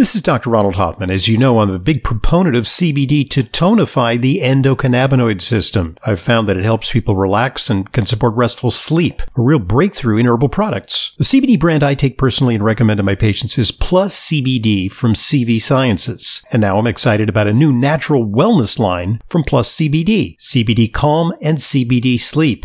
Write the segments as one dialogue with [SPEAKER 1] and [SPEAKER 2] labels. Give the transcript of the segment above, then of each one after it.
[SPEAKER 1] This is Dr. Ronald Hoffman. As you know, I'm a big proponent of CBD to tonify the endocannabinoid system. I've found that it helps people relax and can support restful sleep, a real breakthrough in herbal products. The CBD brand I take personally and recommend to my patients is Plus CBD from CV Sciences. And now I'm excited about a new natural wellness line from Plus CBD, CBD Calm and CBD Sleep.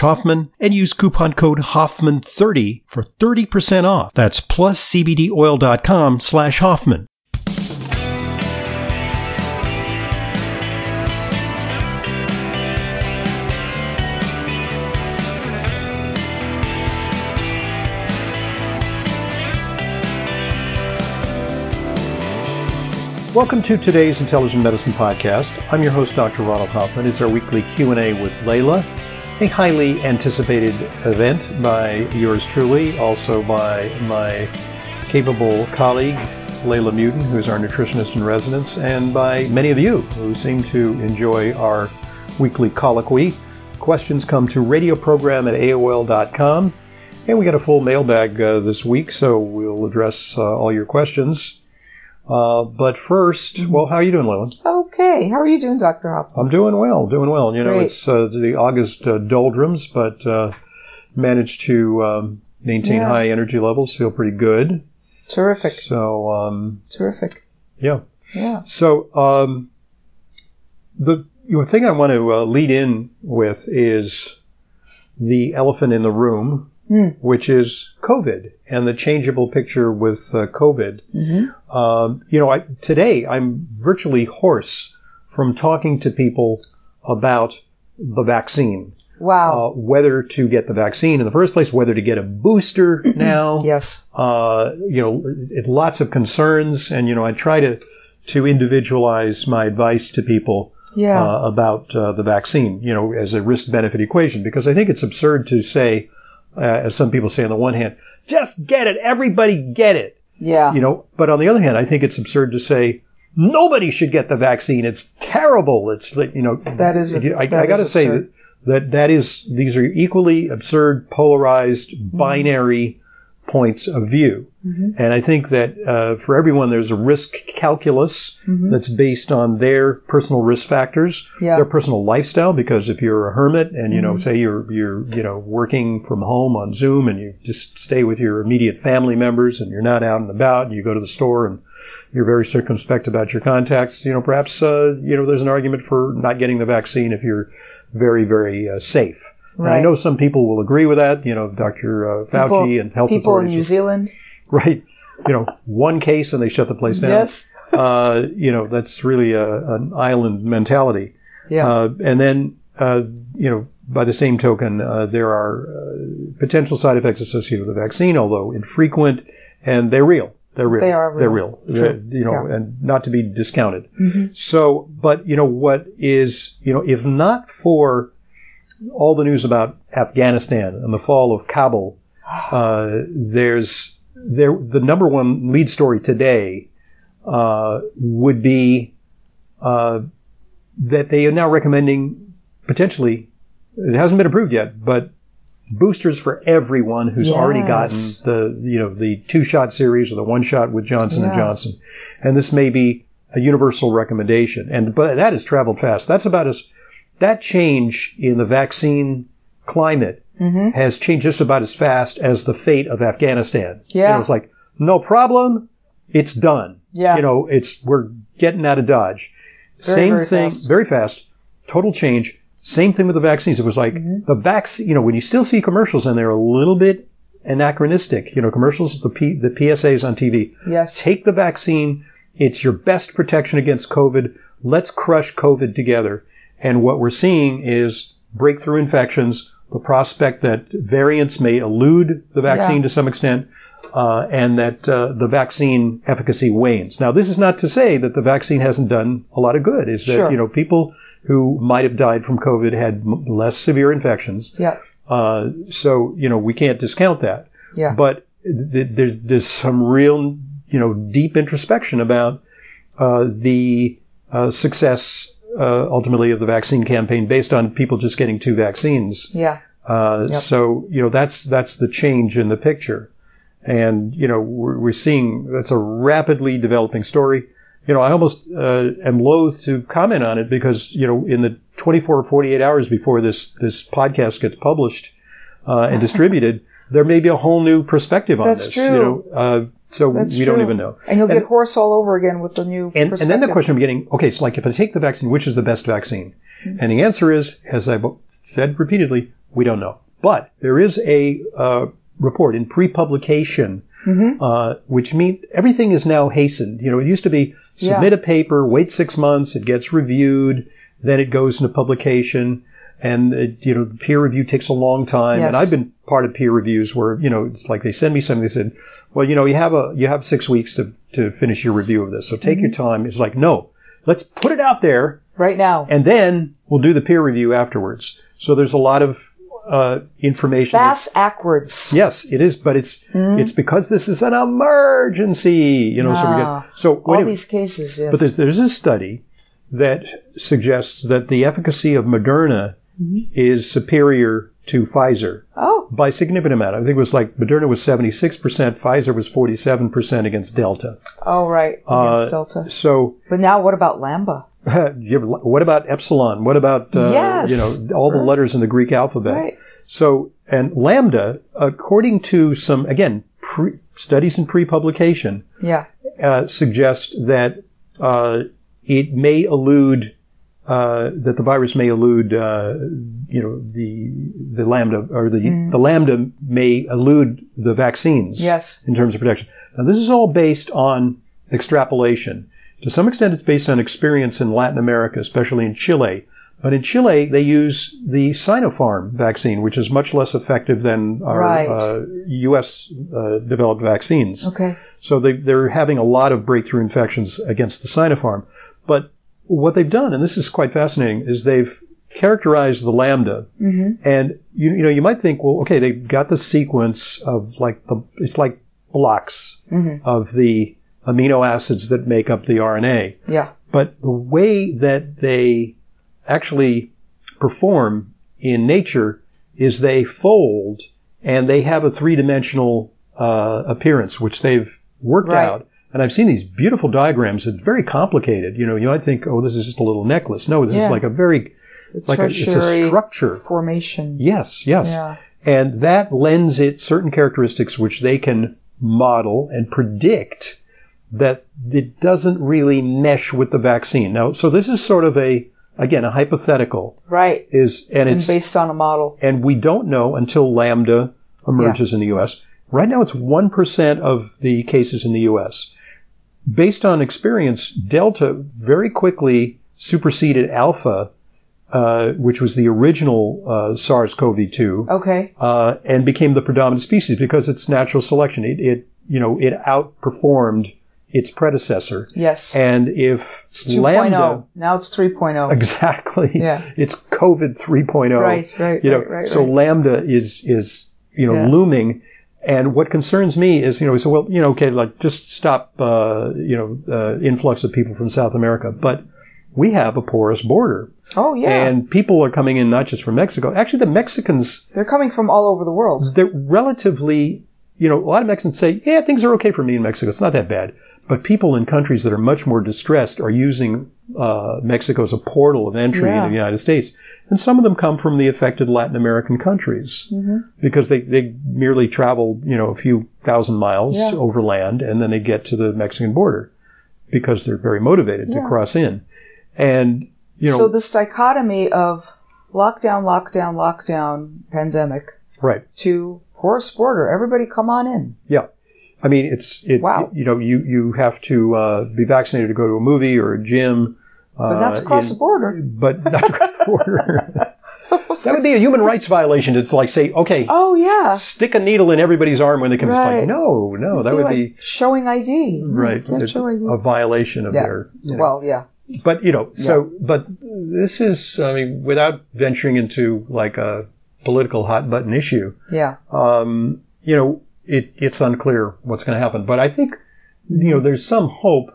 [SPEAKER 1] Hoffman and use coupon code Hoffman30 for 30% off. That's pluscbdoil.com slash Hoffman. Welcome to today's Intelligent Medicine Podcast. I'm your host, Dr. Ronald Hoffman. It's our weekly Q&A with Layla, a highly anticipated event by yours truly, also by my capable colleague, Layla Mutin, who is our nutritionist in residence, and by many of you who seem to enjoy our weekly colloquy. Questions come to radioprogram at AOL.com. And we got a full mailbag uh, this week, so we'll address uh, all your questions. Uh, but first, well, how are you doing, Layla?
[SPEAKER 2] Okay. How are you doing, Dr. Hoffman?
[SPEAKER 1] I'm doing well, doing well. You know,
[SPEAKER 2] Great.
[SPEAKER 1] it's uh, the August uh, doldrums, but uh, managed to um, maintain
[SPEAKER 2] Yeah.
[SPEAKER 1] high energy levels. Feel pretty good.
[SPEAKER 2] Terrific.
[SPEAKER 1] So um,
[SPEAKER 2] Terrific.
[SPEAKER 1] yeah.
[SPEAKER 2] Yeah.
[SPEAKER 1] So um, the the thing I want to uh, lead in with is the elephant in the room,
[SPEAKER 2] Hmm.
[SPEAKER 1] which is COVID and the changeable picture with uh, COVID.
[SPEAKER 2] Mhm.
[SPEAKER 1] Um, you know, I, today I'm virtually hoarse from talking to people about the vaccine,
[SPEAKER 2] Wow.
[SPEAKER 1] uh, whether to get the vaccine in the first place, whether to get a booster now
[SPEAKER 2] yes.
[SPEAKER 1] uh, you know, it, lots of concerns, and you know, I try to to individualize my advice to people
[SPEAKER 2] Yeah.
[SPEAKER 1] uh, about uh, the vaccine, you know, as a risk benefit equation, because I think it's absurd to say, uh, as some people say on the one hand, just get it, everybody get it,
[SPEAKER 2] yeah.
[SPEAKER 1] you know, but on the other hand, I think it's absurd to say. Nobody should get the vaccine. It's terrible. It's like, you know,
[SPEAKER 2] That is-
[SPEAKER 1] I, I
[SPEAKER 2] that is
[SPEAKER 1] gotta say that,
[SPEAKER 2] absurd.
[SPEAKER 1] that that is, these are equally absurd, polarized,
[SPEAKER 2] Hmm.
[SPEAKER 1] binary points of view.
[SPEAKER 2] Mhm.
[SPEAKER 1] And I think that uh, for everyone, there's a risk calculus
[SPEAKER 2] Mhm.
[SPEAKER 1] that's based on their personal risk factors,
[SPEAKER 2] Yeah.
[SPEAKER 1] their personal lifestyle. Because if you're a hermit and you know, say you're you're you know working from home on Zoom and you just stay with your immediate family members and you're not out and about and you go to the store and you're very circumspect about your contacts, you know, perhaps uh, you know there's an argument for not getting the vaccine if you're very very uh, safe. And I
[SPEAKER 2] Right.
[SPEAKER 1] know some people will agree with that. You know, Dr. Uh, Fauci
[SPEAKER 2] People-
[SPEAKER 1] and health
[SPEAKER 2] People in
[SPEAKER 1] authorities
[SPEAKER 2] New Zealand.
[SPEAKER 1] right? You know, one case and they shut the place down.
[SPEAKER 2] Yes.
[SPEAKER 1] Uh, you know, that's really a, an island mentality.
[SPEAKER 2] Yeah.
[SPEAKER 1] Uh, and then, uh, you know, by the same token, uh, there are uh, potential side effects associated with the vaccine, although infrequent, and they're real. They're real.
[SPEAKER 2] They are real.
[SPEAKER 1] They're real.
[SPEAKER 2] True.
[SPEAKER 1] They're- you know,
[SPEAKER 2] Yeah.
[SPEAKER 1] and not to be discounted.
[SPEAKER 2] Mhm.
[SPEAKER 1] So, but you know what is, you know, if not for all the news about Afghanistan and the fall of Kabul, uh, there's there the number one lead story today uh, would be uh, that they are now recommending potentially it hasn't been approved yet, but boosters for everyone who's already gotten
[SPEAKER 2] Yes.
[SPEAKER 1] the you know the two shot series or the one shot with Johnson and
[SPEAKER 2] Yeah.
[SPEAKER 1] Johnson, and this may be a universal recommendation. And but that has traveled fast. That's about as that change in the vaccine climate
[SPEAKER 2] Mhm.
[SPEAKER 1] has changed just about as fast as the fate of Afghanistan. You
[SPEAKER 2] Yeah.
[SPEAKER 1] know, it's like no problem, it's done.
[SPEAKER 2] Yeah.
[SPEAKER 1] you know, it's we're getting out of dodge.
[SPEAKER 2] Very,
[SPEAKER 1] Same
[SPEAKER 2] very
[SPEAKER 1] thing,
[SPEAKER 2] fast.
[SPEAKER 1] very fast, total change. Same thing with the vaccines. It was like
[SPEAKER 2] Mm-hmm.
[SPEAKER 1] the vaccine. You know, when you still see commercials and they're a little bit anachronistic. You know, commercials, the P, the PSAs on TV.
[SPEAKER 2] yes.
[SPEAKER 1] Take the vaccine. It's your best protection against COVID. Let's crush COVID together. And what we're seeing is breakthrough infections, the prospect that variants may elude the vaccine
[SPEAKER 2] Yeah.
[SPEAKER 1] to some extent, uh, and that uh, the vaccine efficacy wanes. Now, this is not to say that the vaccine hasn't done a lot of good. Is that
[SPEAKER 2] Sure.
[SPEAKER 1] you know people who might have died from COVID had m- less severe infections.
[SPEAKER 2] Yeah.
[SPEAKER 1] Uh, so you know we can't discount that.
[SPEAKER 2] Yeah.
[SPEAKER 1] But th- there's there's some real you know deep introspection about uh, the uh, success uh, ultimately of the vaccine campaign based on people just getting two vaccines.
[SPEAKER 2] Yeah.
[SPEAKER 1] Uh,
[SPEAKER 2] Yep.
[SPEAKER 1] So you know that's that's the change in the picture, and you know we're, we're seeing that's a rapidly developing story. You know I almost uh, am loath to comment on it because you know in the 24 or 48 hours before this this podcast gets published uh, and distributed, there may be a whole new perspective on
[SPEAKER 2] That's
[SPEAKER 1] this.
[SPEAKER 2] true.
[SPEAKER 1] You know, uh, so
[SPEAKER 2] That's
[SPEAKER 1] we don't
[SPEAKER 2] true.
[SPEAKER 1] even know.
[SPEAKER 2] And you'll
[SPEAKER 1] And-
[SPEAKER 2] get horse all over again with the new
[SPEAKER 1] And, and then the
[SPEAKER 2] perspective.
[SPEAKER 1] question of getting, okay, so like if I take the vaccine, which is the best vaccine? And the answer is, as I've said repeatedly, we don't know. But there is a uh, report in pre-publication, uh, which means everything is now hastened. You know, it used to be submit a paper, wait six months, it gets reviewed, then it goes into publication. And uh, you know, peer review takes a long time, and
[SPEAKER 2] Yes.
[SPEAKER 1] I've been part of peer reviews where you know it's like they send me something. They said, "Well, you know, you have a you have six weeks to to finish your review of this, so take
[SPEAKER 2] Mm-hmm.
[SPEAKER 1] your time." It's like, no, let's put it out there,
[SPEAKER 2] right now.
[SPEAKER 1] and then we'll do the peer review afterwards. So there's a lot of uh, information. that's-
[SPEAKER 2] Bass backwards.
[SPEAKER 1] Yes, it is, but it's
[SPEAKER 2] Mm-hmm.
[SPEAKER 1] it's because this is an emergency, you know. So we
[SPEAKER 2] Ah,
[SPEAKER 1] get so
[SPEAKER 2] All
[SPEAKER 1] wait a-
[SPEAKER 2] these cases, yes.
[SPEAKER 1] but there's, there's a study that suggests that the efficacy of Moderna
[SPEAKER 2] Mm-hmm.
[SPEAKER 1] is superior to Pfizer
[SPEAKER 2] oh,
[SPEAKER 1] by a significant amount. I think it was like Moderna was 76%, Pfizer was 47% against Delta.
[SPEAKER 2] oh, right. Against
[SPEAKER 1] Uh,
[SPEAKER 2] Delta.
[SPEAKER 1] So
[SPEAKER 2] But now what about Lamba?
[SPEAKER 1] you- what about epsilon? What about, uh,
[SPEAKER 2] Yes.
[SPEAKER 1] you know, all the letters in the Greek alphabet?
[SPEAKER 2] Right.
[SPEAKER 1] So, and lambda, according to some, again, pre, studies in pre-publication,
[SPEAKER 2] Yeah.
[SPEAKER 1] uh, suggest that uh, it may elude uh, that the virus may elude uh, you know the the lambda or the the lambda may elude the vaccines
[SPEAKER 2] Mm. Yes.
[SPEAKER 1] in terms of protection. Now this is all based on extrapolation. To some extent, it's based on experience in Latin America, especially in Chile. But in Chile, they use the Sinopharm vaccine, which is much less effective than our
[SPEAKER 2] Right.
[SPEAKER 1] uh, U.S. Uh, developed vaccines.
[SPEAKER 2] Okay.
[SPEAKER 1] So they, they're having a lot of breakthrough infections against the Sinopharm. But what they've done, and this is quite fascinating, is they've characterized the lambda.
[SPEAKER 2] Mm-hmm.
[SPEAKER 1] And you, you know, you might think, well, okay, they've got the sequence of like the, it's like blocks of the amino acids that make up the RNA.
[SPEAKER 2] Yeah.
[SPEAKER 1] But the way that they actually perform in nature is they fold and they have a three dimensional uh, appearance, which they've worked
[SPEAKER 2] Right.
[SPEAKER 1] out. And I've seen these beautiful diagrams. It's very complicated. You know, you might think, oh, this is just a little necklace. No, this
[SPEAKER 2] Yeah.
[SPEAKER 1] is like a very,
[SPEAKER 2] The
[SPEAKER 1] like a, it's a
[SPEAKER 2] tertiary
[SPEAKER 1] structure.
[SPEAKER 2] formation.
[SPEAKER 1] Yes, yes.
[SPEAKER 2] Yeah.
[SPEAKER 1] And that lends it certain characteristics which they can model and predict that it doesn't really mesh with the vaccine. Now, so this is sort of a, again, a hypothetical
[SPEAKER 2] Right.
[SPEAKER 1] is, and
[SPEAKER 2] And
[SPEAKER 1] it's,
[SPEAKER 2] based on a model.
[SPEAKER 1] and we don't know until Lambda emerges in the U.S. Right now, it's 1% of the cases in the U.S. Based on experience, Delta very quickly superseded Alpha, uh, which was the original uh, SARS-CoV-2
[SPEAKER 2] Okay.
[SPEAKER 1] uh, and became the predominant species because it's natural selection. It, it you know it outperformed its predecessor.
[SPEAKER 2] Yes.
[SPEAKER 1] And if
[SPEAKER 2] it's 2.0.
[SPEAKER 1] lambda
[SPEAKER 2] Now it's oh. 3.0.
[SPEAKER 1] exactly,
[SPEAKER 2] Yeah.
[SPEAKER 1] it's COVID 3.0.
[SPEAKER 2] Right, right,
[SPEAKER 1] You know,
[SPEAKER 2] right, right,
[SPEAKER 1] so
[SPEAKER 2] right.
[SPEAKER 1] lambda is is you know
[SPEAKER 2] Yeah.
[SPEAKER 1] looming. And what concerns me is, you know, we say, well, you know, okay, like just stop, uh, you know, uh, influx of people from South America, but we have a porous border,
[SPEAKER 2] Oh, yeah.
[SPEAKER 1] and people are coming in not just from Mexico. Actually, the Mexicans
[SPEAKER 2] They're coming from all over the world.
[SPEAKER 1] they're relatively, you know, a lot of Mexicans say, yeah, things are okay for me in Mexico. It's not that bad. But people in countries that are much more distressed are using uh, Mexico as a portal of entry
[SPEAKER 2] Yeah.
[SPEAKER 1] into the United States. And some of them come from the affected Latin American countries
[SPEAKER 2] Mm-hmm.
[SPEAKER 1] because they, they merely travel, you know, a few thousand miles
[SPEAKER 2] Yeah.
[SPEAKER 1] overland and then they get to the Mexican border because they're very motivated to cross in. And, you know,
[SPEAKER 2] so this dichotomy of lockdown, lockdown, lockdown, pandemic
[SPEAKER 1] right.
[SPEAKER 2] to horse border. Everybody come on in.
[SPEAKER 1] Yeah. I mean, it's, it,
[SPEAKER 2] Wow.
[SPEAKER 1] you know, you, you have to, uh, be vaccinated to go to a movie or a gym. Uh,
[SPEAKER 2] But that's across
[SPEAKER 1] in-
[SPEAKER 2] the border.
[SPEAKER 1] But not across the border.
[SPEAKER 2] stuff.
[SPEAKER 1] That would be a human rights violation to like say, okay,
[SPEAKER 2] oh yeah.
[SPEAKER 1] stick a needle in everybody's arm when they come. It's like,
[SPEAKER 2] Right.
[SPEAKER 1] no, no, that
[SPEAKER 2] Be
[SPEAKER 1] would
[SPEAKER 2] like
[SPEAKER 1] be
[SPEAKER 2] "Mm, showing ID.
[SPEAKER 1] right.
[SPEAKER 2] Can't
[SPEAKER 1] It's
[SPEAKER 2] show ID.
[SPEAKER 1] a violation of
[SPEAKER 2] Yeah.
[SPEAKER 1] their. you know.
[SPEAKER 2] Well, yeah.
[SPEAKER 1] but you know, so but this is, I mean, without venturing into like a political hot button issue,
[SPEAKER 2] Yeah.
[SPEAKER 1] um, you know, it, it's unclear what's going to happen. But I think, you know, there's some hope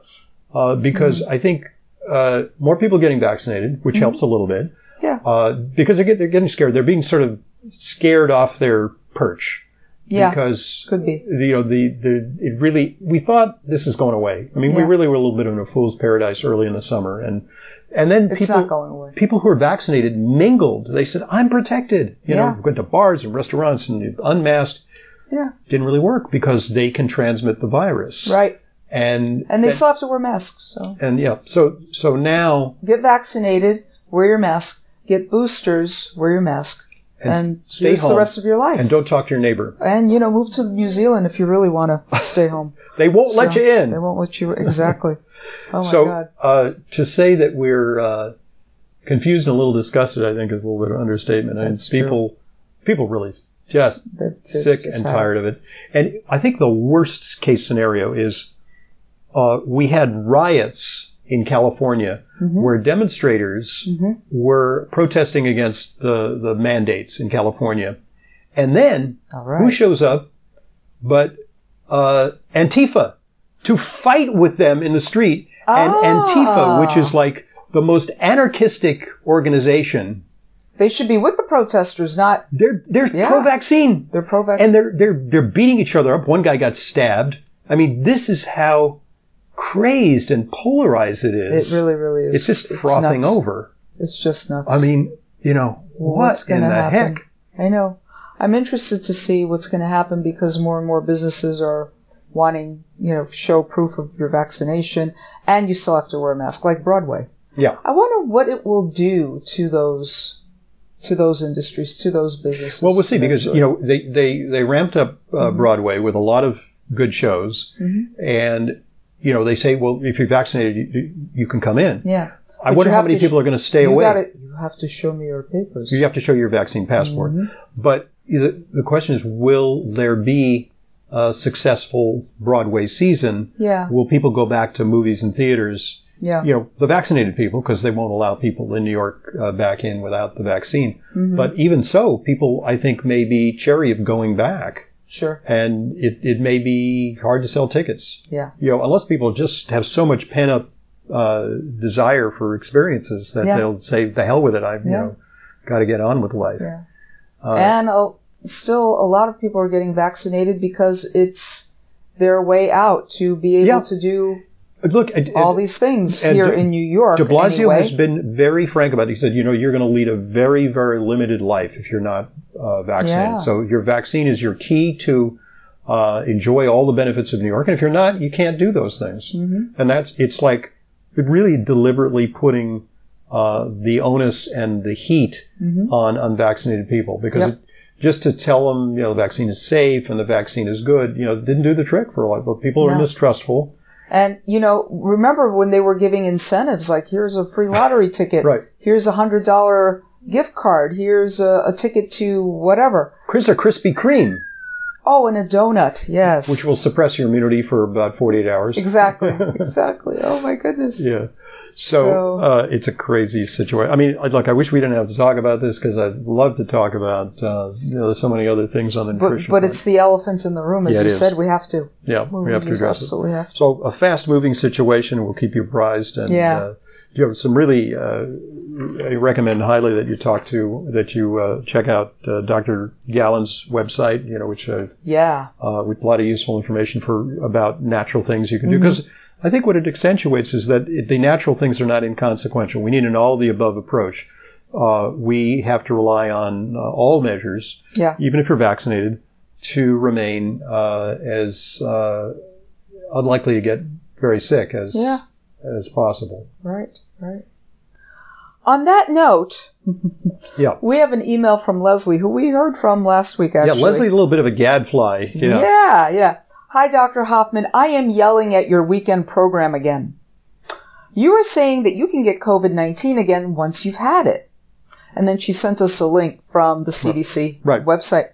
[SPEAKER 1] uh, because
[SPEAKER 2] Mm-hmm.
[SPEAKER 1] I think uh, more people getting vaccinated, which helps a little bit.
[SPEAKER 2] Yeah.
[SPEAKER 1] Uh, because they're, get, they're getting scared. They're being sort of scared off their perch.
[SPEAKER 2] Yeah.
[SPEAKER 1] Because
[SPEAKER 2] Could be.
[SPEAKER 1] you know the the it really we thought this is going away. I mean, we
[SPEAKER 2] Yeah.
[SPEAKER 1] really were a little bit in a fool's paradise early in the summer, and and then
[SPEAKER 2] It's
[SPEAKER 1] people
[SPEAKER 2] not going away.
[SPEAKER 1] people who are vaccinated mingled. They said, "I'm protected." You
[SPEAKER 2] Yeah.
[SPEAKER 1] know, went to bars and restaurants and unmasked
[SPEAKER 2] Yeah.
[SPEAKER 1] didn't really work because they can transmit the virus.
[SPEAKER 2] Right.
[SPEAKER 1] And
[SPEAKER 2] And they still have to wear masks. So
[SPEAKER 1] and yeah, so so now
[SPEAKER 2] get vaccinated, wear your mask. Get boosters, wear your mask,
[SPEAKER 1] And
[SPEAKER 2] and,
[SPEAKER 1] stay
[SPEAKER 2] use the
[SPEAKER 1] home.
[SPEAKER 2] rest of your life.
[SPEAKER 1] and don't talk to your neighbor.
[SPEAKER 2] And, you know, move to New Zealand if you really want to stay home.
[SPEAKER 1] They won't let
[SPEAKER 2] So,
[SPEAKER 1] you in.
[SPEAKER 2] They won't let you exactly. Oh my
[SPEAKER 1] so
[SPEAKER 2] god.
[SPEAKER 1] Uh, to say that we're uh, confused and a little disgusted, I think, is a little bit of understatement. I mean,
[SPEAKER 2] That's true.
[SPEAKER 1] people people really s- just
[SPEAKER 2] That- that
[SPEAKER 1] sick
[SPEAKER 2] is
[SPEAKER 1] and
[SPEAKER 2] how-
[SPEAKER 1] tired of it. And I think the worst case scenario is uh, we had riots in California
[SPEAKER 2] Mm-hmm.
[SPEAKER 1] where demonstrators were protesting against the, the mandates in California. And then
[SPEAKER 2] All
[SPEAKER 1] who
[SPEAKER 2] right.
[SPEAKER 1] shows up but uh, Antifa to fight with them in the street. And
[SPEAKER 2] Ah.
[SPEAKER 1] Antifa, which is like the most anarchistic organization,
[SPEAKER 2] They should be with the protesters, not
[SPEAKER 1] they're, they're
[SPEAKER 2] Yeah.
[SPEAKER 1] pro-vaccine
[SPEAKER 2] they're pro-vaccine.
[SPEAKER 1] and they're they're they're beating each other up. One guy got stabbed. I mean, this is how crazed and polarized it
[SPEAKER 2] it
[SPEAKER 1] is.
[SPEAKER 2] really, really is.
[SPEAKER 1] it's just frothing
[SPEAKER 2] nuts.
[SPEAKER 1] over.
[SPEAKER 2] It's just nuts.
[SPEAKER 1] I mean, you know,
[SPEAKER 2] What's
[SPEAKER 1] what in
[SPEAKER 2] gonna
[SPEAKER 1] the
[SPEAKER 2] happen?
[SPEAKER 1] heck?
[SPEAKER 2] I know. I'm interested to see what's going to happen because more and more businesses are wanting, you know, show proof of your vaccination, and you still have to wear a mask, like Broadway.
[SPEAKER 1] Yeah.
[SPEAKER 2] I wonder what it will do to those, to those industries, to those businesses.
[SPEAKER 1] Well, we'll see because you know they they they ramped up uh,
[SPEAKER 2] Mm-hmm.
[SPEAKER 1] Broadway with a lot of good shows, and you know they say, well, if you're vaccinated, you- you, you can come in.
[SPEAKER 2] Yeah.
[SPEAKER 1] I
[SPEAKER 2] But
[SPEAKER 1] wonder
[SPEAKER 2] you
[SPEAKER 1] how
[SPEAKER 2] have
[SPEAKER 1] many
[SPEAKER 2] to sh-
[SPEAKER 1] people are going to stay
[SPEAKER 2] you
[SPEAKER 1] away.
[SPEAKER 2] Gotta, you have to show me your papers.
[SPEAKER 1] You have to show your vaccine passport.
[SPEAKER 2] Mm-hmm.
[SPEAKER 1] But the, the question is, will there be a successful Broadway season?
[SPEAKER 2] Yeah.
[SPEAKER 1] Will people go back to movies and theaters?
[SPEAKER 2] Yeah.
[SPEAKER 1] You know, the vaccinated people, because they won't allow people in New York uh, back in without the vaccine.
[SPEAKER 2] Mm-hmm.
[SPEAKER 1] But even so, people, I think, may be chary of going back.
[SPEAKER 2] Sure.
[SPEAKER 1] And it, it may be hard to sell tickets.
[SPEAKER 2] Yeah.
[SPEAKER 1] You know, unless people just have so much pent up uh, desire for experiences that
[SPEAKER 2] Yeah.
[SPEAKER 1] they'll say, the hell with it. I've, you
[SPEAKER 2] Yeah.
[SPEAKER 1] know, got to get on with life.
[SPEAKER 2] Yeah. and uh, still, a lot of people are getting vaccinated because it's their way out to be able
[SPEAKER 1] Yeah.
[SPEAKER 2] to do
[SPEAKER 1] But Look, it- it-
[SPEAKER 2] all these things
[SPEAKER 1] and
[SPEAKER 2] here
[SPEAKER 1] De-
[SPEAKER 2] in New York.
[SPEAKER 1] De Blasio
[SPEAKER 2] anyway.
[SPEAKER 1] has been very frank about it. He said, you know, you're going to lead a very, very limited life if you're not uh, vaccinated.
[SPEAKER 2] Yeah.
[SPEAKER 1] So your vaccine is your key to uh, enjoy all the benefits of New York. And if you're not, you can't do those things.
[SPEAKER 2] Mm-hmm.
[SPEAKER 1] And that's, it's like really deliberately putting uh, the onus and the heat on unvaccinated people because
[SPEAKER 2] Mm-hmm. Yep.
[SPEAKER 1] it, just to tell them, you know, the vaccine is safe and the vaccine is good, you know, didn't do the trick for a lot of people. People are
[SPEAKER 2] No.
[SPEAKER 1] mistrustful.
[SPEAKER 2] And you know, remember when they were giving incentives like here's a free lottery ticket,
[SPEAKER 1] Right.
[SPEAKER 2] here's a hundred dollar gift card, here's a, a ticket to whatever.
[SPEAKER 1] Chris or Krispy Kreme.
[SPEAKER 2] Oh, and a donut. Yes.
[SPEAKER 1] which will suppress your immunity for about 48 hours.
[SPEAKER 2] exactly. exactly. Oh my goodness.
[SPEAKER 1] Yeah. So,
[SPEAKER 2] So-
[SPEAKER 1] uh, it's a crazy situation. I mean, I- look, I wish we didn't have to talk about this because I'd love to talk about uh, you know, so many other things on the
[SPEAKER 2] But
[SPEAKER 1] nutrition.
[SPEAKER 2] but
[SPEAKER 1] front.
[SPEAKER 2] it's the elephant in the room, as
[SPEAKER 1] Yeah, it
[SPEAKER 2] you
[SPEAKER 1] is.
[SPEAKER 2] said. We have to.
[SPEAKER 1] yeah, we have to
[SPEAKER 2] just
[SPEAKER 1] address it.
[SPEAKER 2] absolutely have to.
[SPEAKER 1] So a fast moving situation. We'll keep you apprised. And,
[SPEAKER 2] Yeah.
[SPEAKER 1] Uh, you have some really. Uh, I recommend highly that you talk to that you uh, check out uh, Dr. Gallen's website. You know, which uh,
[SPEAKER 2] Yeah.
[SPEAKER 1] uh, with a lot of useful information for about natural things you can
[SPEAKER 2] Mm-hmm.
[SPEAKER 1] do. Because I think what it accentuates is that it, the natural things are not inconsequential. We need an all of the above approach. Uh, we have to rely on uh, all measures,
[SPEAKER 2] Yeah.
[SPEAKER 1] even if you're vaccinated, to remain uh, as uh, unlikely to get very sick as
[SPEAKER 2] Yeah.
[SPEAKER 1] as possible.
[SPEAKER 2] Right, right. On that note,
[SPEAKER 1] Yeah.
[SPEAKER 2] we have an email from Leslie, who we heard from last week, actually.
[SPEAKER 1] Yeah, Leslie, a little bit of a gadfly.
[SPEAKER 2] Yeah. yeah, Hi, Dr. Hoffman. I am yelling at your weekend program again. You are saying that you can get COVID 19 again once you've had it. And then she sent us a link from the CDC
[SPEAKER 1] Right.
[SPEAKER 2] website.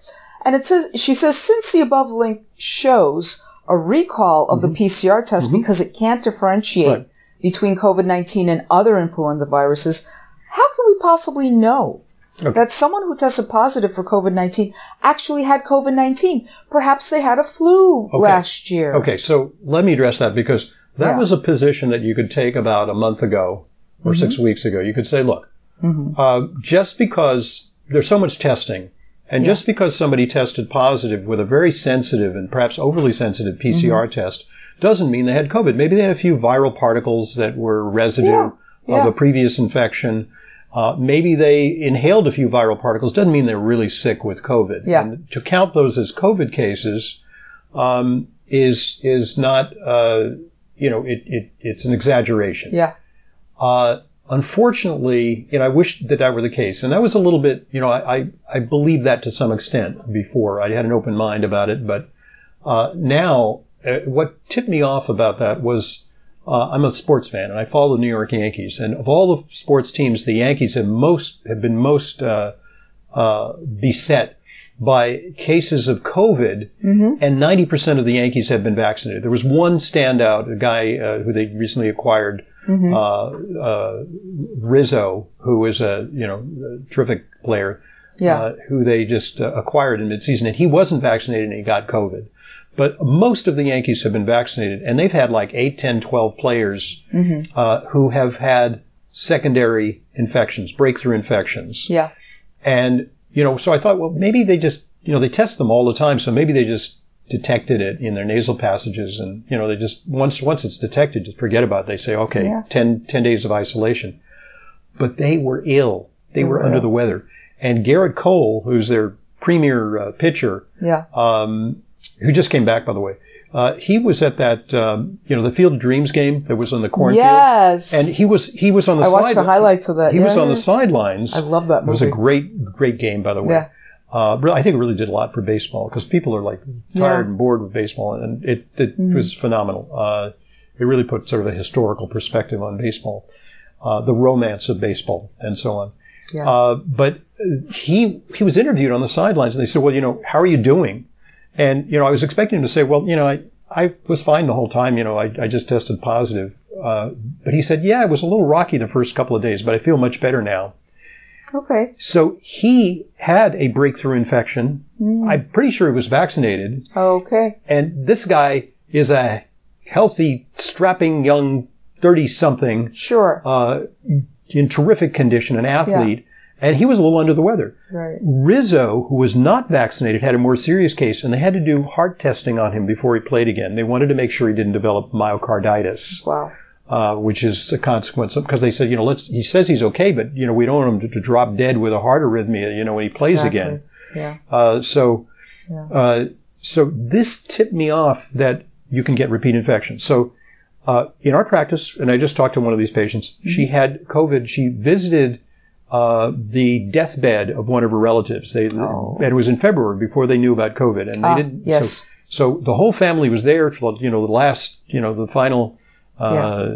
[SPEAKER 2] And it says, she says, since the above link shows a recall of the PCR test because it can't differentiate
[SPEAKER 1] Mm-hmm. Right.
[SPEAKER 2] between COVID-19 and other influenza viruses, how can we possibly know that someone who tested positive for COVID-19 actually had COVID-19? Perhaps they had a flu last year.
[SPEAKER 1] Okay, so let me address that because that
[SPEAKER 2] Yeah.
[SPEAKER 1] was a position that you could take about a month ago or six
[SPEAKER 2] Mm-hmm.
[SPEAKER 1] weeks ago. You could say, look, uh, just because there's so much testing, and just because somebody tested positive with a very sensitive and perhaps overly sensitive PCR
[SPEAKER 2] Mm-hmm.
[SPEAKER 1] test doesn't mean they had COVID. Maybe they had a few viral particles that were residue
[SPEAKER 2] Yeah,
[SPEAKER 1] of
[SPEAKER 2] yeah.
[SPEAKER 1] a previous infection. Uh, maybe they inhaled a few viral particles. Doesn't mean they're really sick with COVID.
[SPEAKER 2] Yeah.
[SPEAKER 1] And to count those as COVID cases, um, is is not uh, you know it, it it's an exaggeration.
[SPEAKER 2] Yeah.
[SPEAKER 1] Uh, unfortunately, you know, I wish that that were the case, and that was a little bit you know I I, I believe that to some extent before I had an open mind about it, but uh, now uh, what tipped me off about that was. Uh, I'm a sports fan, and I follow the New York Yankees. And of all the sports teams, the Yankees have most have been most uh, uh, beset by cases of COVID, and 90% of the Yankees have been vaccinated. There was one standout, a guy uh, who they recently acquired, uh, uh, Rizzo, who is a you know a terrific player,
[SPEAKER 2] Yeah.
[SPEAKER 1] uh, who they just uh, acquired in midseason, and he wasn't vaccinated and he got COVID. But most of the Yankees have been vaccinated, and they've had like 8, 10, 12 players uh, who have had secondary infections, breakthrough infections.
[SPEAKER 2] yeah.
[SPEAKER 1] And, you know, so I thought, well, maybe they just, you know, they test them all the time. So maybe they just detected it in their nasal passages. And, you know, they just, once, once it's detected, just forget about it. They say, okay,
[SPEAKER 2] Yeah.
[SPEAKER 1] 10, 10 days of isolation. But they were ill. They were under the weather. And Garrett Cole, who's their premier uh, pitcher,
[SPEAKER 2] Yeah.
[SPEAKER 1] um, who just came back, by the way, uh, he was at that, um, you know, the Field of Dreams game that was on the cornfield.
[SPEAKER 2] Yes.
[SPEAKER 1] And he was, he was on the
[SPEAKER 2] I watched
[SPEAKER 1] side-
[SPEAKER 2] the highlights of that.
[SPEAKER 1] He
[SPEAKER 2] Yeah,
[SPEAKER 1] was on
[SPEAKER 2] yeah.
[SPEAKER 1] the sidelines.
[SPEAKER 2] I love that
[SPEAKER 1] It was a
[SPEAKER 2] movie.
[SPEAKER 1] great, great game, by the way.
[SPEAKER 2] Yeah.
[SPEAKER 1] Uh, really- I think it really did a lot for baseball because people are like tired and bored with baseball, and it, it was phenomenal. Uh, it really put sort of a historical perspective on baseball, uh, the romance of baseball, and so on.
[SPEAKER 2] Yeah.
[SPEAKER 1] Uh, but uh, he he was interviewed on the sidelines, and they said, "Well, you know, how are you doing?" And you know, I was expecting him to say, "Well, you know, I I was fine the whole time. You know, I I just tested positive." Uh, but he said, "Yeah, it was a little rocky the first couple of days, but I feel much better now."
[SPEAKER 2] Okay.
[SPEAKER 1] So he had a breakthrough infection. I'm pretty sure he was vaccinated.
[SPEAKER 2] Okay.
[SPEAKER 1] And this guy is a healthy, strapping young 30 something,
[SPEAKER 2] Sure.
[SPEAKER 1] uh, in terrific condition, an athlete. And he was a little under the weather.
[SPEAKER 2] right.
[SPEAKER 1] Rizzo, who was not vaccinated, had a more serious case and they had to do heart testing on him before he played again. They wanted to make sure he didn't develop myocarditis
[SPEAKER 2] Wow.
[SPEAKER 1] uh, which is a consequence of because they said, you know, let's. He says he's okay, but you know, we don't want him to, to drop dead with a heart arrhythmia, you know, when he plays
[SPEAKER 2] Exactly.
[SPEAKER 1] again.
[SPEAKER 2] Yeah.
[SPEAKER 1] Uh, so, uh, so this tipped me off that you can get repeat infections. So, uh, in our practice, and I just talked to one of these patients. She
[SPEAKER 2] Mm-hmm.
[SPEAKER 1] had COVID. She visited. Uh, the deathbed of one of her relatives. They, and it was in February before they knew about COVID, and they
[SPEAKER 2] Oh. Ah,
[SPEAKER 1] didn't. so-
[SPEAKER 2] yes.
[SPEAKER 1] so the whole family was there for you know the last you know the final uh,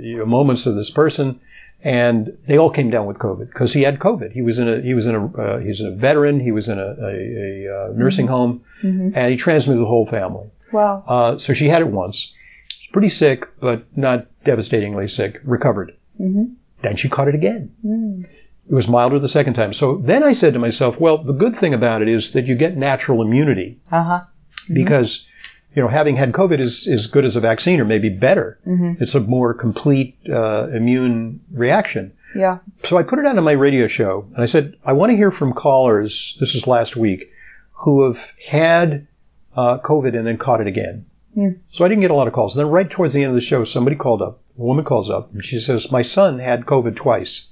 [SPEAKER 1] you know, moments of this person, and they all came down with COVID because he had COVID. He was in a he was in a uh, he was in a veteran. He was in a, a, a uh, nursing home, and he transmitted the whole family.
[SPEAKER 2] wow.
[SPEAKER 1] Uh, so she had it once. She was pretty sick, but not devastatingly sick. Recovered. Then she caught it again. It was milder the second time. So then I said to myself, well, the good thing about it is that you get natural immunity
[SPEAKER 2] Uh huh.
[SPEAKER 1] Mm-hmm. because you know having had COVID is is good as a vaccine or maybe better. It's a more complete uh, immune reaction.
[SPEAKER 2] Yeah.
[SPEAKER 1] So I put it out on my radio show and I said I want to hear from callers. This is last week who have had uh, COVID and then caught it again. So I didn't get a lot of calls. Then right towards the end of the show, somebody called up. A woman calls up and she says, "My son had COVID twice,"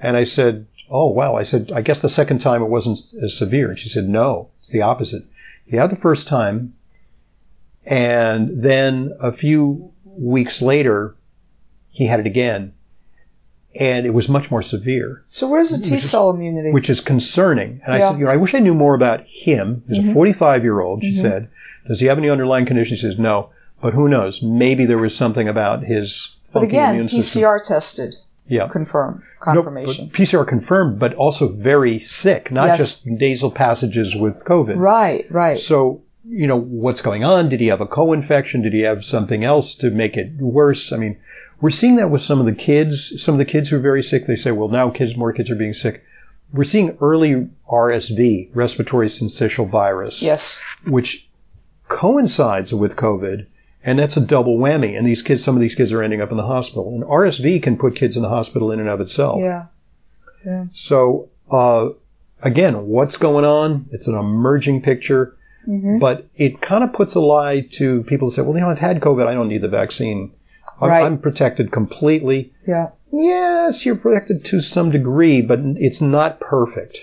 [SPEAKER 1] and I said. Oh wow! I said, I guess the second time it wasn't as severe. And she said, No, it's the opposite. He had the first time, and then a few weeks later, he had it again. And it was much more severe,
[SPEAKER 2] So where's the T cell immunity?
[SPEAKER 1] which is concerning. And I
[SPEAKER 2] Yeah. Mm-hmm.
[SPEAKER 1] said, you know, I wish I knew more about him. He's a 45 year old, she said. Does he have any underlying condition? She says, no. But who knows? Maybe there was something about his
[SPEAKER 2] but
[SPEAKER 1] funky
[SPEAKER 2] again,
[SPEAKER 1] immune system.
[SPEAKER 2] PCR tested.
[SPEAKER 1] Yeah.
[SPEAKER 2] confirm
[SPEAKER 1] No,
[SPEAKER 2] confirmation.
[SPEAKER 1] but PCR confirmed, but also very sick, not
[SPEAKER 2] Yes.
[SPEAKER 1] just nasal passages with COVID.
[SPEAKER 2] right, right.
[SPEAKER 1] So, you know, what's going on? Did he have a co-infection? Did he have something else to make it worse? I mean, we're seeing that with some of the kids. Some of the kids who are very sick, they say, well, now kids, more kids are being sick. We're seeing early RSV, respiratory syncytial virus,
[SPEAKER 2] yes.
[SPEAKER 1] which coincides with COVID. And that's a double whammy. And these kids, some of these kids are ending up in the hospital. And RSV can put kids in the hospital in and of itself.
[SPEAKER 2] Yeah.
[SPEAKER 1] So, uh, again, what's going on? It's an emerging picture,
[SPEAKER 2] Mm-hmm.
[SPEAKER 1] but it kind of puts a lie to people that say, well, you know, I've had COVID. I don't need the vaccine. I'm,
[SPEAKER 2] Right.
[SPEAKER 1] I'm protected completely.
[SPEAKER 2] Yeah.
[SPEAKER 1] Yes, you're protected to some degree, but it's not perfect.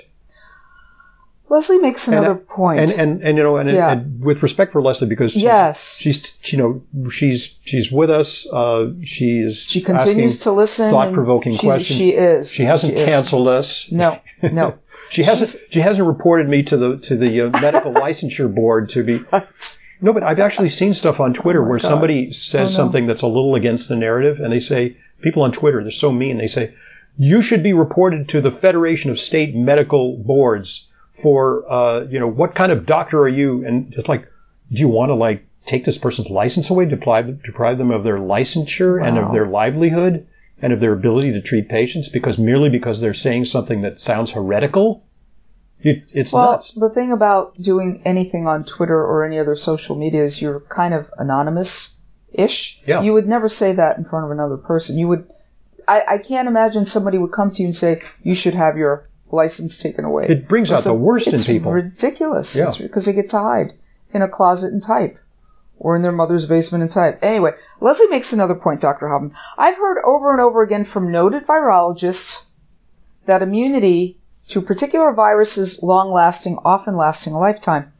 [SPEAKER 2] Leslie makes
[SPEAKER 1] And- uh,
[SPEAKER 2] another point.
[SPEAKER 1] And, and, and, you know, and,
[SPEAKER 2] Yeah.
[SPEAKER 1] and with respect for Leslie, because she's,
[SPEAKER 2] Yes.
[SPEAKER 1] she's, you know, she's, she's with us. Uh, she's,
[SPEAKER 2] she continues to listen. and
[SPEAKER 1] thought provoking
[SPEAKER 2] she's-
[SPEAKER 1] questions.
[SPEAKER 2] She is.
[SPEAKER 1] She hasn't
[SPEAKER 2] is.
[SPEAKER 1] canceled us.
[SPEAKER 2] No, no.
[SPEAKER 1] She hasn't. She hasn't reported me to the to the uh, medical licensure board to be. No, but I've actually seen stuff on Twitter
[SPEAKER 2] Oh
[SPEAKER 1] where somebody says something that's a little against the narrative, and they say people on Twitter they're so mean. They say you should be reported to the Federation of State Medical Boards for uh, you know what kind of doctor are you? And it's like, do you want to like take this person's license away, deprive deprive them of their licensure and of their livelihood? And of their ability to treat patients because merely because they're saying something that sounds heretical, it, it's
[SPEAKER 2] well,
[SPEAKER 1] nuts.
[SPEAKER 2] the thing about doing anything on Twitter or any other social media is you're kind of anonymous ish.
[SPEAKER 1] Yeah.
[SPEAKER 2] You would never say that in front of another person. You would. I, I can't imagine somebody would come to you and say you should have your license taken away.
[SPEAKER 1] It brings out
[SPEAKER 2] So
[SPEAKER 1] the worst in
[SPEAKER 2] it's
[SPEAKER 1] people.
[SPEAKER 2] ridiculous.
[SPEAKER 1] Yeah.
[SPEAKER 2] Because they get to hide in a closet and type. Or in their mother's basement and type. Anyway, Leslie makes another point, Dr. Hoffman. I've heard over and over again from noted virologists that immunity to particular viruses long lasting, often lasting a lifetime.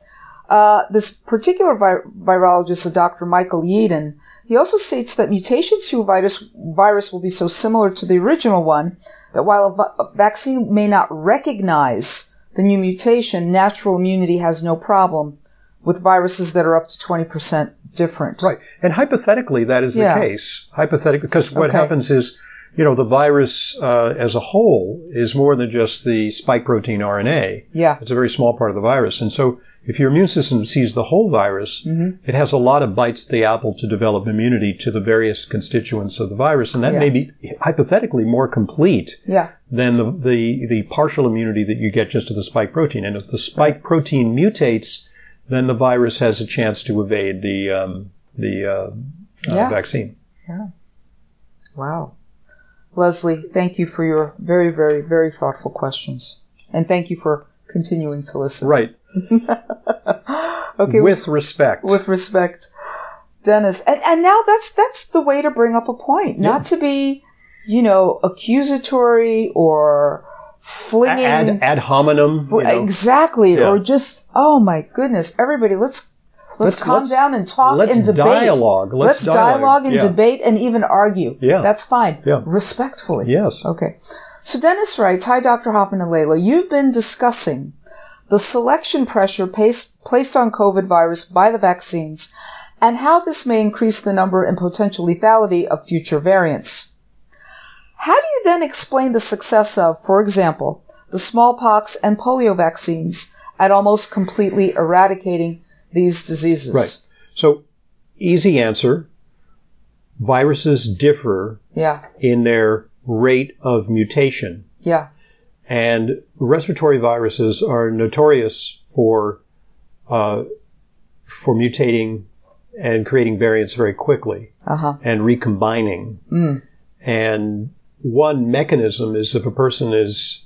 [SPEAKER 2] Uh, this particular vi- virologist, a Dr. Michael Yeadon, he also states that mutations to a virus, virus will be so similar to the original one that while a, vi- a vaccine may not recognize the new mutation, natural immunity has no problem with viruses that are up to 20% different.
[SPEAKER 1] Right. And hypothetically, that is
[SPEAKER 2] Yeah.
[SPEAKER 1] the case. Hypothetically, because what
[SPEAKER 2] Okay.
[SPEAKER 1] happens is, you know, the virus uh, as a whole is more than just the spike protein RNA.
[SPEAKER 2] Yeah.
[SPEAKER 1] It's a very small part of the virus. And so if your immune system sees the whole virus,
[SPEAKER 2] Mm-hmm.
[SPEAKER 1] it has a lot of bites to the apple to develop immunity to the various constituents of the virus. And that
[SPEAKER 2] Yeah.
[SPEAKER 1] may be hypothetically more complete
[SPEAKER 2] Yeah.
[SPEAKER 1] than the, the, the partial immunity that you get just to the spike protein. And if the spike protein mutates, then the virus has a chance to evade the, um, the uh, uh,
[SPEAKER 2] Yeah.
[SPEAKER 1] vaccine.
[SPEAKER 2] Wow. Leslie, thank you for your very, very, very thoughtful questions. And thank you for continuing to listen.
[SPEAKER 1] Right.
[SPEAKER 2] Okay.
[SPEAKER 1] With respect.
[SPEAKER 2] with respect, Dennis. And and now that's that's the way to bring up a point, not to be, you know, accusatory or
[SPEAKER 1] A-
[SPEAKER 2] flinging
[SPEAKER 1] ad, ad hominem.
[SPEAKER 2] fl-
[SPEAKER 1] you know.
[SPEAKER 2] exactly,
[SPEAKER 1] Yeah.
[SPEAKER 2] or just oh my goodness, everybody, let's. Let's,
[SPEAKER 1] Let's-
[SPEAKER 2] calm
[SPEAKER 1] let's-
[SPEAKER 2] down and talk
[SPEAKER 1] let's
[SPEAKER 2] and debate.
[SPEAKER 1] dialogue. Let's dialogue.
[SPEAKER 2] dialogue and
[SPEAKER 1] Yeah.
[SPEAKER 2] debate and even argue.
[SPEAKER 1] Yeah.
[SPEAKER 2] That's fine.
[SPEAKER 1] Yeah.
[SPEAKER 2] Respectfully.
[SPEAKER 1] Yes.
[SPEAKER 2] Okay. So Dennis writes, Hi, Dr. Hoffman and Layla. You've been discussing the selection pressure pace, placed on COVID virus by the vaccines and how this may increase the number and potential lethality of future variants. How do you then explain the success of, for example, the smallpox and polio vaccines at almost completely eradicating these diseases?
[SPEAKER 1] Right. So, easy answer. Viruses differ
[SPEAKER 2] Yeah.
[SPEAKER 1] in their rate of mutation.
[SPEAKER 2] Yeah.
[SPEAKER 1] And respiratory viruses are notorious for uh, for mutating and creating variants very quickly
[SPEAKER 2] Uh huh.
[SPEAKER 1] and recombining. And one mechanism is if a person is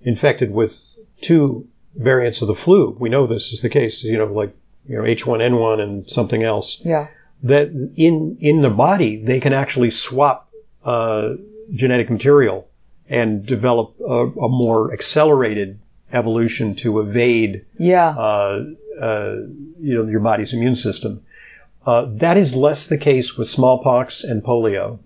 [SPEAKER 1] infected with two variants of the flu, we know this is the case. You know, like you know H1N1 and something else
[SPEAKER 2] Yeah.
[SPEAKER 1] that in in the body they can actually swap uh, genetic material and develop a, a more accelerated evolution to evade
[SPEAKER 2] Yeah.
[SPEAKER 1] uh, uh, you know your body's immune system. Uh, that is less the case with smallpox and polio.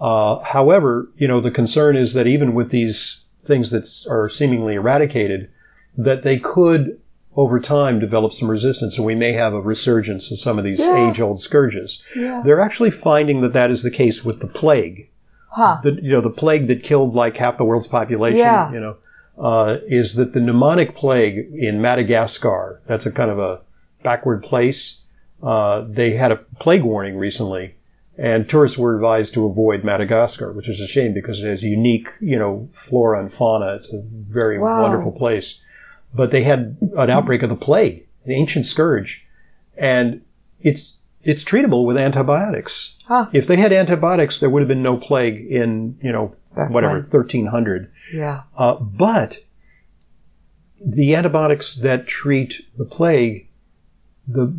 [SPEAKER 1] Uh, however, you know the concern is that even with these things that s- are seemingly eradicated, that they could over time develop some resistance, and we may have a resurgence of some of these
[SPEAKER 2] Yeah.
[SPEAKER 1] age-old scourges.
[SPEAKER 2] Yeah.
[SPEAKER 1] They're actually finding that that is the case with the plague.
[SPEAKER 2] Huh.
[SPEAKER 1] the you know the plague that killed like half the world's population.
[SPEAKER 2] Yeah.
[SPEAKER 1] You know, uh, is that the pneumonic plague in Madagascar? That's a kind of a backward place. Uh, they had a plague warning recently, and tourists were advised to avoid Madagascar, which is a shame because it has unique you know flora and fauna. It's a very
[SPEAKER 2] Wow.
[SPEAKER 1] wonderful place, but they had an outbreak of the plague, an ancient scourge, and it's it's treatable with antibiotics.
[SPEAKER 2] Huh.
[SPEAKER 1] If they had antibiotics, there would have been no plague in, you know,
[SPEAKER 2] Back
[SPEAKER 1] whatever,
[SPEAKER 2] when.
[SPEAKER 1] 1300.
[SPEAKER 2] Yeah.
[SPEAKER 1] Uh, but the antibiotics that treat the plague, the,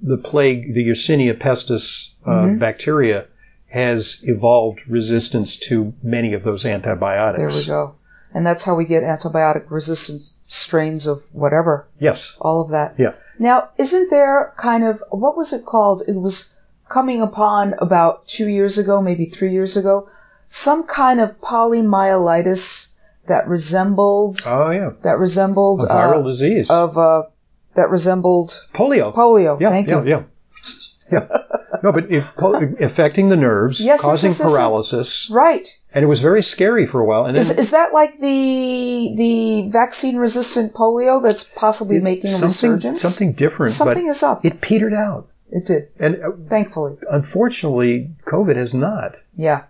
[SPEAKER 1] the plague, the Yersinia pestis uh,
[SPEAKER 2] Mm-hmm.
[SPEAKER 1] bacteria has evolved resistance to many of those antibiotics.
[SPEAKER 2] There we go. And that's how we get antibiotic resistant strains of whatever,
[SPEAKER 1] Yes.
[SPEAKER 2] all of that.
[SPEAKER 1] Yeah.
[SPEAKER 2] Now, isn't there kind of, what was it called? It was coming upon about two years ago, maybe three years ago, some kind of polymyelitis that resembled,
[SPEAKER 1] Oh, yeah.
[SPEAKER 2] that resembled,
[SPEAKER 1] A viral disease.
[SPEAKER 2] uh, of, uh, that resembled
[SPEAKER 1] polio.
[SPEAKER 2] polio.
[SPEAKER 1] Yeah,
[SPEAKER 2] Thank
[SPEAKER 1] yeah,
[SPEAKER 2] you.
[SPEAKER 1] yeah. Yeah. No, but if po- affecting the nerves,
[SPEAKER 2] Yes, yes,
[SPEAKER 1] causing
[SPEAKER 2] yes, yes, yes.
[SPEAKER 1] paralysis,
[SPEAKER 2] Right.
[SPEAKER 1] and it was very scary for a while. And then
[SPEAKER 2] Is, is that like the the vaccine resistant polio that's possibly making a
[SPEAKER 1] something,
[SPEAKER 2] resurgence?
[SPEAKER 1] something different,
[SPEAKER 2] Something
[SPEAKER 1] but
[SPEAKER 2] is up.
[SPEAKER 1] it petered out.
[SPEAKER 2] It did,
[SPEAKER 1] And uh,
[SPEAKER 2] thankfully.
[SPEAKER 1] unfortunately, COVID has not,
[SPEAKER 2] Yeah,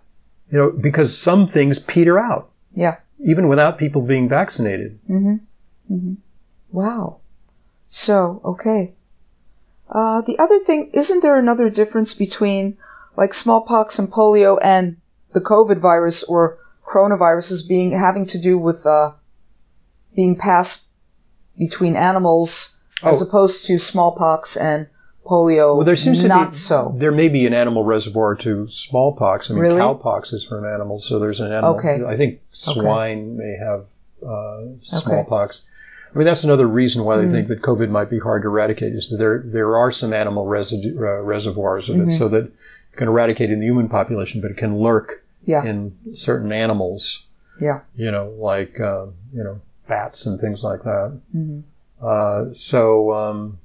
[SPEAKER 1] you know, because some things peter out,
[SPEAKER 2] yeah. Mm-hmm.
[SPEAKER 1] even without people being vaccinated.
[SPEAKER 2] Wow. So okay. Uh, the other thing isn't there another difference between like smallpox and polio and the COVID virus or coronaviruses being having to do with uh, being passed between animals as
[SPEAKER 1] Oh.
[SPEAKER 2] opposed to smallpox and polio?
[SPEAKER 1] Well, there seems to
[SPEAKER 2] not
[SPEAKER 1] be,
[SPEAKER 2] so.
[SPEAKER 1] there may be an animal reservoir to smallpox. I mean,
[SPEAKER 2] Really?
[SPEAKER 1] cowpox is from animals, so there's an animal.
[SPEAKER 2] Okay.
[SPEAKER 1] I think swine may have uh, smallpox. I mean, that's another reason why they
[SPEAKER 2] Mm-hmm.
[SPEAKER 1] think that COVID might be hard to eradicate is that there there are some animal residu- uh, reservoirs of it,
[SPEAKER 2] Mm-hmm.
[SPEAKER 1] so that you can eradicate in the human population, but it can lurk
[SPEAKER 2] Yeah,
[SPEAKER 1] in certain animals.
[SPEAKER 2] yeah.
[SPEAKER 1] You know, like uh, you know bats and things like that.
[SPEAKER 2] Mm-hmm.
[SPEAKER 1] Uh, so. Um,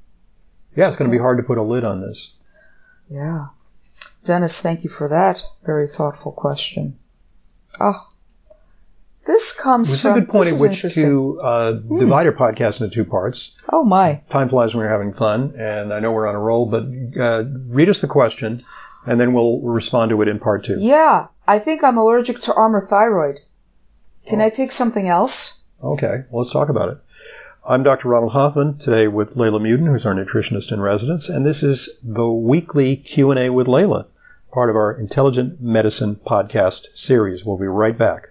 [SPEAKER 1] yeah, it's going to be hard to put a lid on this.
[SPEAKER 2] Yeah. Dennis, thank you for that very thoughtful question. Oh. This comes
[SPEAKER 1] It's
[SPEAKER 2] from
[SPEAKER 1] a good point
[SPEAKER 2] this
[SPEAKER 1] at
[SPEAKER 2] is
[SPEAKER 1] which
[SPEAKER 2] interesting. Hmm.
[SPEAKER 1] to uh, divide our podcast into two parts.
[SPEAKER 2] Oh my.
[SPEAKER 1] Time flies when you're having fun, and I know we're on a roll, but uh, read us the question, and then we'll respond to it in part two.
[SPEAKER 2] Yeah, I think I'm allergic to armor thyroid. Can I take something else?
[SPEAKER 1] Okay, well, let's talk about it. I'm Dr. Ronald Hoffman today with Layla Muden, who's our nutritionist in residence, and this is the weekly Q&A with Layla, part of our Intelligent Medicine podcast series. We'll be right back.